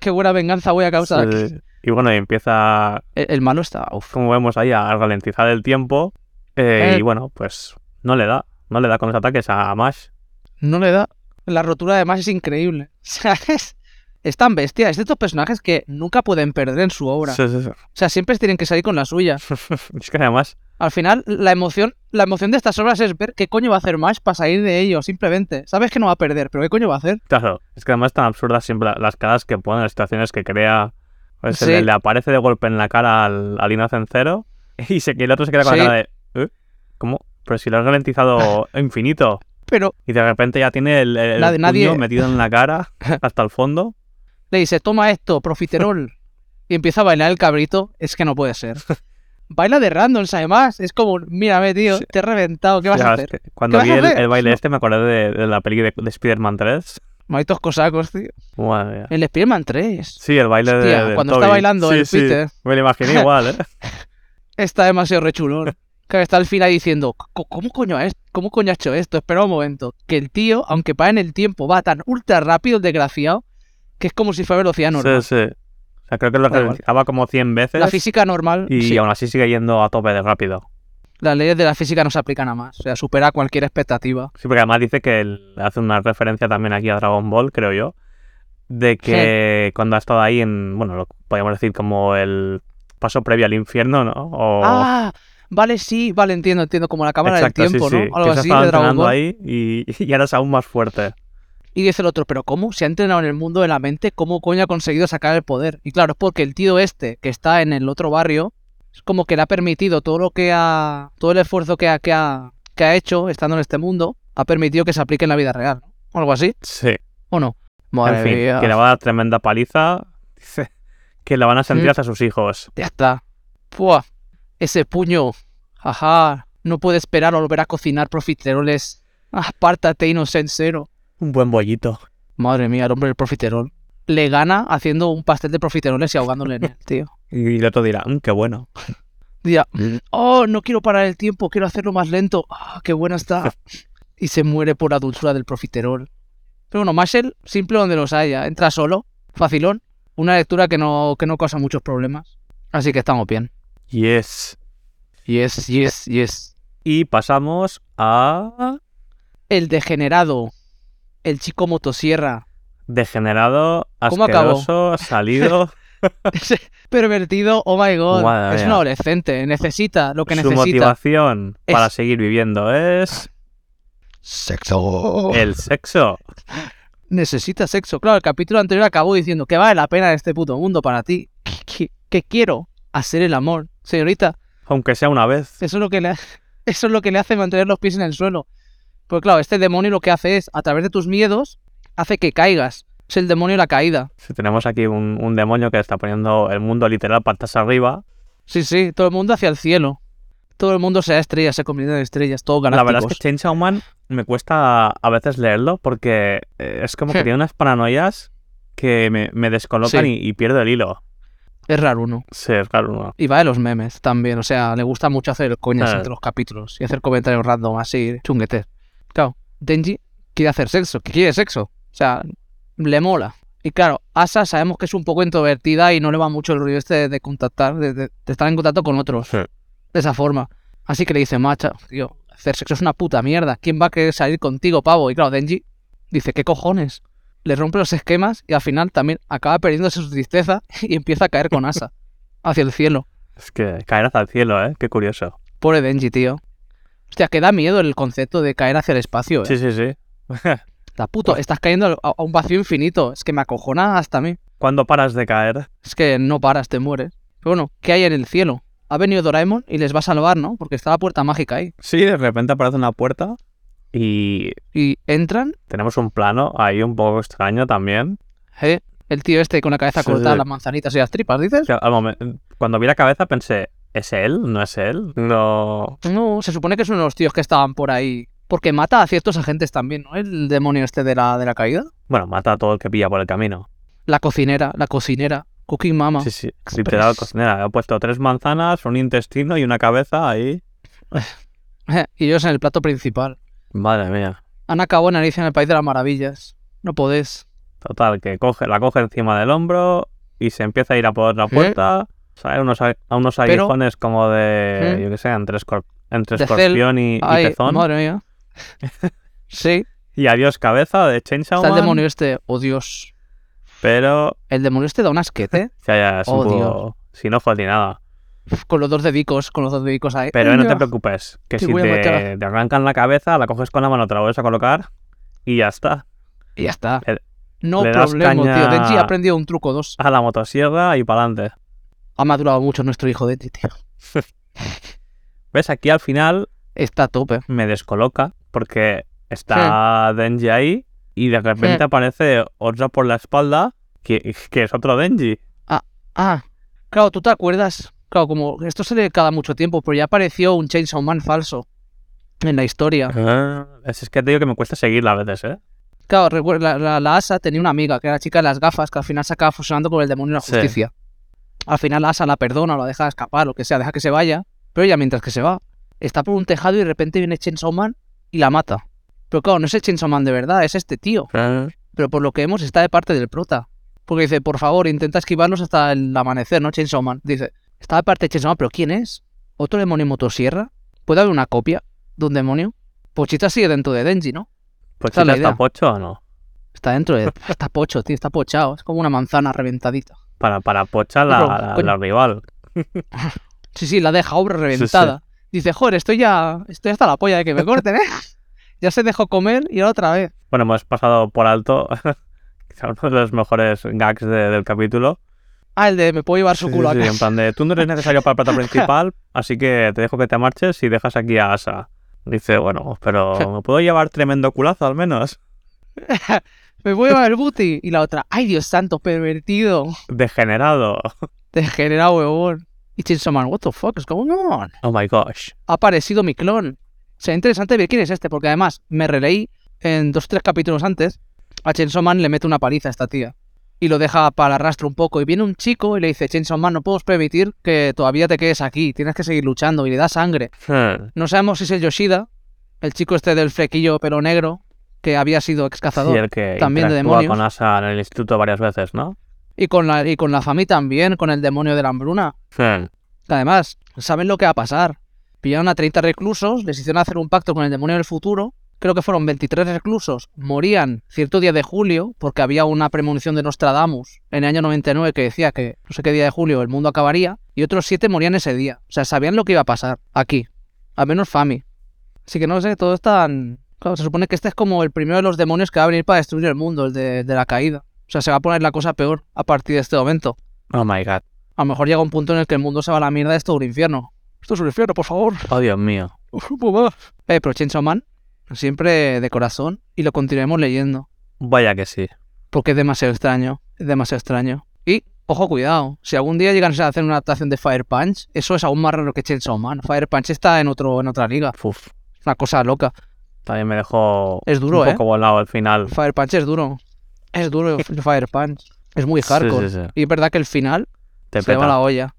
[SPEAKER 1] Qué buena venganza voy a causar.
[SPEAKER 2] Sí, sí. Y bueno, y empieza,
[SPEAKER 1] El, el malo está. Uf.
[SPEAKER 2] como vemos ahí, a ralentizar el tiempo. eh,
[SPEAKER 1] Eh.
[SPEAKER 2] Y bueno, pues no le da. No le da con los ataques a Mash.
[SPEAKER 1] No le da. La rotura además es increíble. ¿Sabes? es tan bestia. Es de estos personajes que nunca pueden perder en su obra.
[SPEAKER 2] Sí, sí, sí.
[SPEAKER 1] O sea, siempre tienen que salir con la suya.
[SPEAKER 2] Es que además,
[SPEAKER 1] Al final, la emoción, la emoción de estas obras es ver qué coño va a hacer más para salir de ello, simplemente. Sabes que no va a perder, pero qué coño va a hacer.
[SPEAKER 2] claro, es que además tan absurdas siempre la- las caras que pone, las situaciones que crea. Pues se
[SPEAKER 1] Sí.
[SPEAKER 2] le, le aparece de golpe en la cara al, al Inocencero y, se, y el otro se queda con
[SPEAKER 1] Sí.
[SPEAKER 2] la cara de. "¿Eh? ¿Cómo? Pero si lo has ralentizado infinito.
[SPEAKER 1] Pero
[SPEAKER 2] Y de repente ya tiene el, el
[SPEAKER 1] Nadie-
[SPEAKER 2] puño
[SPEAKER 1] nadie-
[SPEAKER 2] metido en la cara hasta el fondo.
[SPEAKER 1] le dice, toma esto, profiterol. y empieza a bailar el cabrito. Es que no puede ser. Baila de randoms, además. Es como, mírame, tío,
[SPEAKER 2] Sí.
[SPEAKER 1] te he reventado, ¿qué vas
[SPEAKER 2] Ya,
[SPEAKER 1] a
[SPEAKER 2] es
[SPEAKER 1] hacer?
[SPEAKER 2] que cuando
[SPEAKER 1] vas
[SPEAKER 2] vi
[SPEAKER 1] a
[SPEAKER 2] el,
[SPEAKER 1] hacer?
[SPEAKER 2] el baile
[SPEAKER 1] No.
[SPEAKER 2] este me acordé de, de la peli de, de Spider-Man 3.
[SPEAKER 1] Malditos cosacos, tío.
[SPEAKER 2] Madre mía.
[SPEAKER 1] El Spider-Man 3.
[SPEAKER 2] Sí, el baile de,
[SPEAKER 1] Hostia,
[SPEAKER 2] del
[SPEAKER 1] cuando
[SPEAKER 2] Toby.
[SPEAKER 1] está bailando
[SPEAKER 2] Sí,
[SPEAKER 1] el
[SPEAKER 2] sí,
[SPEAKER 1] Peter.
[SPEAKER 2] Me lo imaginé igual, ¿eh?
[SPEAKER 1] Está demasiado rechulón. Claro, está al final diciendo, "Co- ¿cómo coño, es, ¿cómo coño ha hecho esto? Espera un momento. Que el tío, aunque para en el tiempo, va tan ultra rápido el desgraciado, que es como si fuera velocidad normal.
[SPEAKER 2] Sí, sí. O sea, creo que
[SPEAKER 1] Da
[SPEAKER 2] lo
[SPEAKER 1] igual.
[SPEAKER 2] ralentizaba como 100 veces
[SPEAKER 1] La física normal,
[SPEAKER 2] y
[SPEAKER 1] sí,
[SPEAKER 2] aún así sigue yendo a tope de rápido.
[SPEAKER 1] las leyes de la física no se aplican a más. O sea, supera cualquier expectativa.
[SPEAKER 2] Sí, porque además dice que él hace una referencia también aquí a Dragon Ball, creo yo, de que cuando ha estado ahí en, bueno, lo podríamos decir como el paso previo al infierno, ¿no? O,
[SPEAKER 1] Ah, vale, sí, vale, entiendo, entiendo. Como la cámara
[SPEAKER 2] Oh. Exacto,
[SPEAKER 1] del tiempo,
[SPEAKER 2] sí, sí.
[SPEAKER 1] ¿no? Algo
[SPEAKER 2] que se
[SPEAKER 1] así
[SPEAKER 2] estaba
[SPEAKER 1] de Dragon
[SPEAKER 2] entrenando
[SPEAKER 1] Ball.
[SPEAKER 2] ahí y, y ahora es aún más fuerte.
[SPEAKER 1] Y dice el otro, pero ¿cómo? Se ha entrenado en el mundo de la mente, ¿cómo coño ha conseguido sacar el poder? Y claro, es porque el tío este, que está en el otro barrio, es como que le ha permitido todo lo que ha. todo el esfuerzo que ha, que ha, que ha hecho estando en este mundo, ha permitido que se aplique en la vida real, ¿no? O algo así,
[SPEAKER 2] Sí.
[SPEAKER 1] ¿o no?
[SPEAKER 2] en
[SPEAKER 1] Madre
[SPEAKER 2] fin,
[SPEAKER 1] mía,
[SPEAKER 2] que le va a dar tremenda paliza. Dice que la van a sentir
[SPEAKER 1] Mm.
[SPEAKER 2] hasta sus hijos.
[SPEAKER 1] ya está. Puah, ese puño, ajá, no puede esperar a volver a cocinar profiteroles. Apártate, inocencero.
[SPEAKER 2] Un buen bollito.
[SPEAKER 1] Madre mía, el hombre del profiterol. Le gana haciendo un pastel de profiteroles y ahogándole en él, tío.
[SPEAKER 2] Y el otro dirá, "Mm, qué bueno.
[SPEAKER 1] Diga,
[SPEAKER 2] Mm.
[SPEAKER 1] oh, no quiero parar el tiempo, quiero hacerlo más lento. Ah, qué buena está. Y se muere por la dulzura del profiterol. Pero bueno, Marshall, simple donde los haya, entra solo, facilón. Una lectura que no, que no causa muchos problemas. Así que estamos bien.
[SPEAKER 2] Yes.
[SPEAKER 1] Yes, yes, yes.
[SPEAKER 2] Y pasamos a
[SPEAKER 1] El degenerado, el chico motosierra,
[SPEAKER 2] degenerado,
[SPEAKER 1] ¿Cómo acabó?
[SPEAKER 2] asqueroso, salido.
[SPEAKER 1] pervertido, oh my god.
[SPEAKER 2] Madre
[SPEAKER 1] es
[SPEAKER 2] mía.
[SPEAKER 1] un adolescente, necesita lo que
[SPEAKER 2] Su
[SPEAKER 1] necesita.
[SPEAKER 2] motivación
[SPEAKER 1] Es-
[SPEAKER 2] para seguir viviendo es
[SPEAKER 1] Sexo.
[SPEAKER 2] el sexo.
[SPEAKER 1] necesita sexo. Claro, el capítulo anterior acabó diciendo que vale la pena este puto mundo para ti. Que, que- que quiero hacer el amor, señorita.
[SPEAKER 2] Aunque sea una vez.
[SPEAKER 1] Eso es lo que le, ha- eso es lo que le hace mantener los pies en el suelo. Pues claro, este demonio lo que hace es, a través de tus miedos, hace que caigas. Es el demonio de la caída.
[SPEAKER 2] Si tenemos aquí un, un demonio que está poniendo el mundo literal patas arriba.
[SPEAKER 1] Sí, sí, todo el mundo hacia el cielo. Todo el mundo sea estrella, se convierte en estrellas, todos
[SPEAKER 2] La
[SPEAKER 1] galácticos.
[SPEAKER 2] verdad es que Chainsaw Man me cuesta a veces leerlo porque eh, es como que
[SPEAKER 1] Hmm.
[SPEAKER 2] tiene unas paranoias que me, me descolocan
[SPEAKER 1] Sí.
[SPEAKER 2] y, y pierdo el hilo.
[SPEAKER 1] es raro uno.
[SPEAKER 2] Sí, claro, no.
[SPEAKER 1] Y va de los memes también, o sea, le gusta mucho hacer coñas
[SPEAKER 2] Claro.
[SPEAKER 1] entre los capítulos y hacer comentarios random así, chunguetes. Claro, Denji quiere hacer sexo, que quiere sexo, o sea, le mola. Y claro, Asa sabemos que es un poco introvertida y no le va mucho el ruido este de, de contactar, de, de- de estar en contacto con otros, de esa forma. Así que le dice, macha, tío, hacer sexo es una puta mierda, ¿quién va a querer salir contigo, pavo? Y claro, Denji dice, ¿qué cojones? Le rompe los esquemas y al final también acaba perdiéndose su tristeza y empieza a caer con Asa hacia el cielo.
[SPEAKER 2] Es que caer hacia el cielo, ¿eh? Qué curioso.
[SPEAKER 1] Pobre Denji, tío. Hostia, que da miedo el concepto de caer hacia el espacio, eh.
[SPEAKER 2] Sí, sí, sí. Pues-
[SPEAKER 1] Está puto, estás cayendo al- a, a un vacío infinito. Es que me acojona hasta a mí.
[SPEAKER 2] ¿Cuándo paras de caer?
[SPEAKER 1] Es que no paras, te mueres. Pero bueno, ¿qué hay en el cielo? Ha venido Doraemon y les va a salvar, ¿no? Porque está la puerta mágica ahí.
[SPEAKER 2] Sí, de repente aparece una puerta y
[SPEAKER 1] Y entran,
[SPEAKER 2] tenemos un plano ahí un poco extraño también.
[SPEAKER 1] ¿eh? El tío este con la cabeza
[SPEAKER 2] Sí,
[SPEAKER 1] cortada,
[SPEAKER 2] sí.
[SPEAKER 1] las manzanitas y las tripas, ¿dices?
[SPEAKER 2] Que al momen- cuando vi la cabeza pensé, ¿es él? ¿No es él? No.
[SPEAKER 1] No, se supone que es uno de los tíos que estaban por ahí. Porque mata a ciertos agentes también, ¿no? El demonio este de la, de la caída.
[SPEAKER 2] Bueno, mata a todo el que pilla por el camino.
[SPEAKER 1] La cocinera, la cocinera. Cooking Mama.
[SPEAKER 2] Sí, sí. Literal, cocinera. Le ha puesto tres manzanas, un intestino y una cabeza ahí.
[SPEAKER 1] Eh, y ellos en el plato principal.
[SPEAKER 2] Madre mía.
[SPEAKER 1] Han acabado en Alicia en el País de las Maravillas. No podés.
[SPEAKER 2] Total, que coge, la coge encima del hombro y se empieza a ir a por la
[SPEAKER 1] ¿Eh?
[SPEAKER 2] puerta. Sale unos, a a unos
[SPEAKER 1] Pero-
[SPEAKER 2] aguijones como de,
[SPEAKER 1] ¿Eh?
[SPEAKER 2] yo qué sé, entre, escor- entre
[SPEAKER 1] De cel-
[SPEAKER 2] escorpión y, y
[SPEAKER 1] Ay,
[SPEAKER 2] pezón.
[SPEAKER 1] madre mía. Sí,
[SPEAKER 2] Y adiós cabeza de Chainsaw
[SPEAKER 1] está el
[SPEAKER 2] Man.
[SPEAKER 1] demonio este. Oh, Dios.
[SPEAKER 2] Pero,
[SPEAKER 1] El demonio este da un asquete
[SPEAKER 2] ya, ya, es un
[SPEAKER 1] Oh,
[SPEAKER 2] poco
[SPEAKER 1] Dios.
[SPEAKER 2] sin ojos ni nada.
[SPEAKER 1] con los dos dedicos, con los dos dedicos ahí.
[SPEAKER 2] Pero eh, no te
[SPEAKER 1] Venga.
[SPEAKER 2] preocupes, que
[SPEAKER 1] Te
[SPEAKER 2] si
[SPEAKER 1] voy a
[SPEAKER 2] te,
[SPEAKER 1] matar.
[SPEAKER 2] te arrancan la cabeza, la coges con la mano, te la vuelves a colocar y ya está.
[SPEAKER 1] Y ya está.
[SPEAKER 2] Le-
[SPEAKER 1] No
[SPEAKER 2] le das
[SPEAKER 1] problema,
[SPEAKER 2] caña-
[SPEAKER 1] tío. Denji ha aprendido un truco dos.
[SPEAKER 2] A la motosierra y para adelante.
[SPEAKER 1] Ha madurado mucho nuestro hijo de tío.
[SPEAKER 2] ¿Ves? Aquí al final
[SPEAKER 1] Está a tope.
[SPEAKER 2] me descoloca porque está Denji ahí y de repente
[SPEAKER 1] Sí.
[SPEAKER 2] aparece otra por la espalda que, que es otro Denji.
[SPEAKER 1] Ah, claro, tú te acuerdas. Claro, como esto se le cada mucho tiempo, pero ya apareció un Chainsaw Man falso en la historia.
[SPEAKER 2] Es, es que te digo que me cuesta seguirla a veces, ¿eh?
[SPEAKER 1] Claro, recuerda, la, la- la Asa tenía una amiga, que era la chica de las gafas, que al final se acaba fusionando con el demonio de la
[SPEAKER 2] Sí.
[SPEAKER 1] justicia. Al final la Asa la perdona, o la deja escapar, lo que sea, deja que se vaya. Pero ella, mientras que se va, está por un tejado y de repente viene Chainsaw Man y la mata. Pero claro, no es el Chainsaw Man de verdad, es este tío. Pero por lo que vemos, está de parte del prota. Porque dice, por favor, intenta esquivarlos hasta el amanecer, ¿no? Chainsaw Man. Dice, está de parte de Chainsaw Man, pero ¿quién es? ¿Otro demonio en motosierra? ¿Puede haber una copia de un demonio? Pochita sigue dentro de Denji, ¿no?
[SPEAKER 2] Pues
[SPEAKER 1] Esta es
[SPEAKER 2] chica,
[SPEAKER 1] la
[SPEAKER 2] está
[SPEAKER 1] idea.
[SPEAKER 2] pocho o no?
[SPEAKER 1] Está dentro de. Está pocho, tío, está pochado. Es como una manzana reventadita.
[SPEAKER 2] Para, para pocha la,
[SPEAKER 1] No,
[SPEAKER 2] la-
[SPEAKER 1] coño.
[SPEAKER 2] la rival.
[SPEAKER 1] Sí, sí, la deja obra
[SPEAKER 2] sí.
[SPEAKER 1] reventada. Dice, joder, estoy ya. Estoy hasta la polla de que me corten, ¿eh? ya se dejó comer y ahora otra vez.
[SPEAKER 2] Bueno, hemos pasado por alto quizá uno de los mejores gags de- del capítulo.
[SPEAKER 1] Ah, el de me puedo llevar
[SPEAKER 2] Sí,
[SPEAKER 1] su
[SPEAKER 2] sí,
[SPEAKER 1] culo a
[SPEAKER 2] sí,
[SPEAKER 1] casa.
[SPEAKER 2] en plan de, tú no eres necesario para el plato principal, así que te dejo que te marches y dejas aquí a Asa. Dice, bueno, pero me puedo llevar tremendo culazo al menos.
[SPEAKER 1] Me voy a llevar el booty. Y la otra, ay, Dios santo, pervertido.
[SPEAKER 2] Degenerado.
[SPEAKER 1] Degenerado, huevón. Y Chainsaw Man, what the fuck is going on?
[SPEAKER 2] Oh my gosh.
[SPEAKER 1] Ha aparecido mi clon. Será interesante ver quién es este, porque además me releí en dos o tres capítulos antes. A Chainsaw Man le mete una paliza a esta tía. Y lo deja para el rastro un poco. Y viene un chico y le dice, Chainsaw Man, no podemos permitir que todavía te quedes aquí. Tienes que seguir luchando. Y le da sangre.
[SPEAKER 2] Hmm.
[SPEAKER 1] No sabemos si es el Yoshida, el chico este del flequillo pero negro, que había sido ex
[SPEAKER 2] Sí,
[SPEAKER 1] cazador.
[SPEAKER 2] el que
[SPEAKER 1] también de
[SPEAKER 2] interactúa
[SPEAKER 1] demonios.
[SPEAKER 2] con Asa en el instituto varias veces, ¿no?
[SPEAKER 1] Y con la, y con la Fami también, con el demonio de la hambruna.
[SPEAKER 2] Hmm.
[SPEAKER 1] Además, saben lo que va a pasar. Pillaron a 30 reclusos, les hicieron hacer un pacto con el demonio del futuro. Creo que fueron 23 reclusos. Morían cierto día de julio, porque había una premonición de Nostradamus en el año 99 que decía que no sé qué día de julio el mundo acabaría. Y otros 7 morían ese día. O sea, sabían lo que iba a pasar aquí. Al menos Fami. Así que no sé, todo es tan... Claro, se supone que este es como el primero de los demonios que va a venir para destruir el mundo, el de- de la caída. O sea, se va a poner la cosa peor a partir de este momento.
[SPEAKER 2] Oh my god.
[SPEAKER 1] A lo mejor llega un punto en el que el mundo se va a la mierda, esto es un infierno. Esto es un infierno, por favor.
[SPEAKER 2] Oh Dios mío.
[SPEAKER 1] Uf, mamá. Eh, pero Chainsaw Man, siempre de corazón, y lo continuemos leyendo,
[SPEAKER 2] Vaya que sí.
[SPEAKER 1] porque es demasiado extraño, es demasiado extraño. Y, ojo, cuidado, si algún día llegan a hacer una adaptación de Fire Punch, eso es aún más raro que Chainsaw Man. Fire Punch está en, otro, en otra liga,
[SPEAKER 2] Uf.
[SPEAKER 1] es una cosa loca.
[SPEAKER 2] También me dejó
[SPEAKER 1] Es duro,
[SPEAKER 2] un
[SPEAKER 1] ¿eh?
[SPEAKER 2] poco volado al final.
[SPEAKER 1] Fire Punch es duro, es duro el Fire Punch, es muy hardcore.
[SPEAKER 2] Sí, sí, sí.
[SPEAKER 1] Y es verdad que el final
[SPEAKER 2] Te
[SPEAKER 1] se le va
[SPEAKER 2] peta.
[SPEAKER 1] la olla.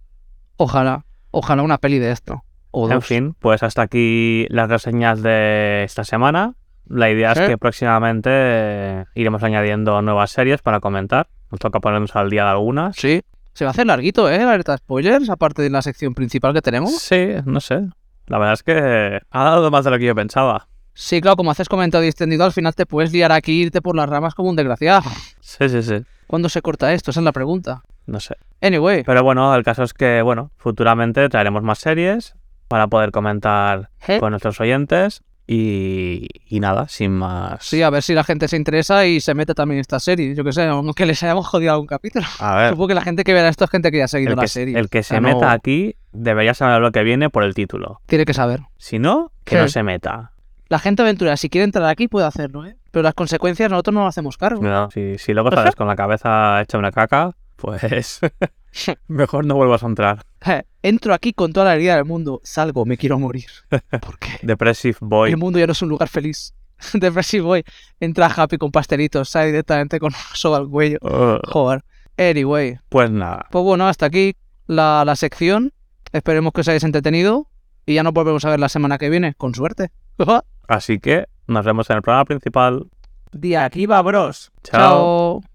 [SPEAKER 1] Ojalá, ojalá una peli de esto. O
[SPEAKER 2] En
[SPEAKER 1] dos.
[SPEAKER 2] fin, pues hasta aquí las reseñas de esta semana. La idea
[SPEAKER 1] Sí.
[SPEAKER 2] es que próximamente eh, iremos añadiendo nuevas series para comentar. Nos toca ponernos al día de algunas.
[SPEAKER 1] Sí. Se va a hacer larguito, ¿eh? La alerta spoilers, aparte de la sección principal que tenemos.
[SPEAKER 2] Sí, no sé. La verdad es que ha dado más de lo que yo pensaba.
[SPEAKER 1] Sí, claro, como haces comentario distendido, al final te puedes liar aquí e irte por las ramas como un desgraciado.
[SPEAKER 2] Sí, sí, sí.
[SPEAKER 1] ¿Cuándo se corta esto? Esa es la pregunta.
[SPEAKER 2] No sé.
[SPEAKER 1] Anyway,
[SPEAKER 2] Pero bueno, el caso es que, bueno, futuramente traeremos más series para poder comentar
[SPEAKER 1] ¿eh?
[SPEAKER 2] con nuestros oyentes. Y, y nada, sin más.
[SPEAKER 1] sí, a ver si la gente se interesa y se mete también en esta serie. Yo qué sé, aunque les hayamos jodido algún capítulo.
[SPEAKER 2] a ver.
[SPEAKER 1] Supongo que la gente que verá esto es gente que ya ha seguido
[SPEAKER 2] El
[SPEAKER 1] la
[SPEAKER 2] que,
[SPEAKER 1] serie.
[SPEAKER 2] el que
[SPEAKER 1] O
[SPEAKER 2] se
[SPEAKER 1] sea, no-
[SPEAKER 2] meta aquí debería saber lo que viene por el título.
[SPEAKER 1] Tiene que saber.
[SPEAKER 2] Si no, que
[SPEAKER 1] Sí.
[SPEAKER 2] no se meta.
[SPEAKER 1] La gente aventurera, si quiere entrar aquí, puede hacerlo, ¿eh? Pero las consecuencias nosotros no nos hacemos cargo.
[SPEAKER 2] No, Si, si luego sales con la cabeza hecha una caca, pues mejor no vuelvas a entrar.
[SPEAKER 1] Entro aquí con toda la herida del mundo, salgo, me quiero morir. ¿Por qué?
[SPEAKER 2] Depressive Boy.
[SPEAKER 1] El mundo ya no es un lugar feliz. Depressive Boy entra Happy con pastelitos, sale directamente con una soba al cuello.
[SPEAKER 2] Uh,
[SPEAKER 1] Joder. Anyway,
[SPEAKER 2] pues nada.
[SPEAKER 1] pues bueno, hasta aquí la, la sección. Esperemos que os hayáis entretenido y ya nos volvemos a ver la semana que viene, con suerte.
[SPEAKER 2] Así que nos vemos en el programa principal.
[SPEAKER 1] Día aquí va, bros.
[SPEAKER 2] Chao.
[SPEAKER 1] Chao.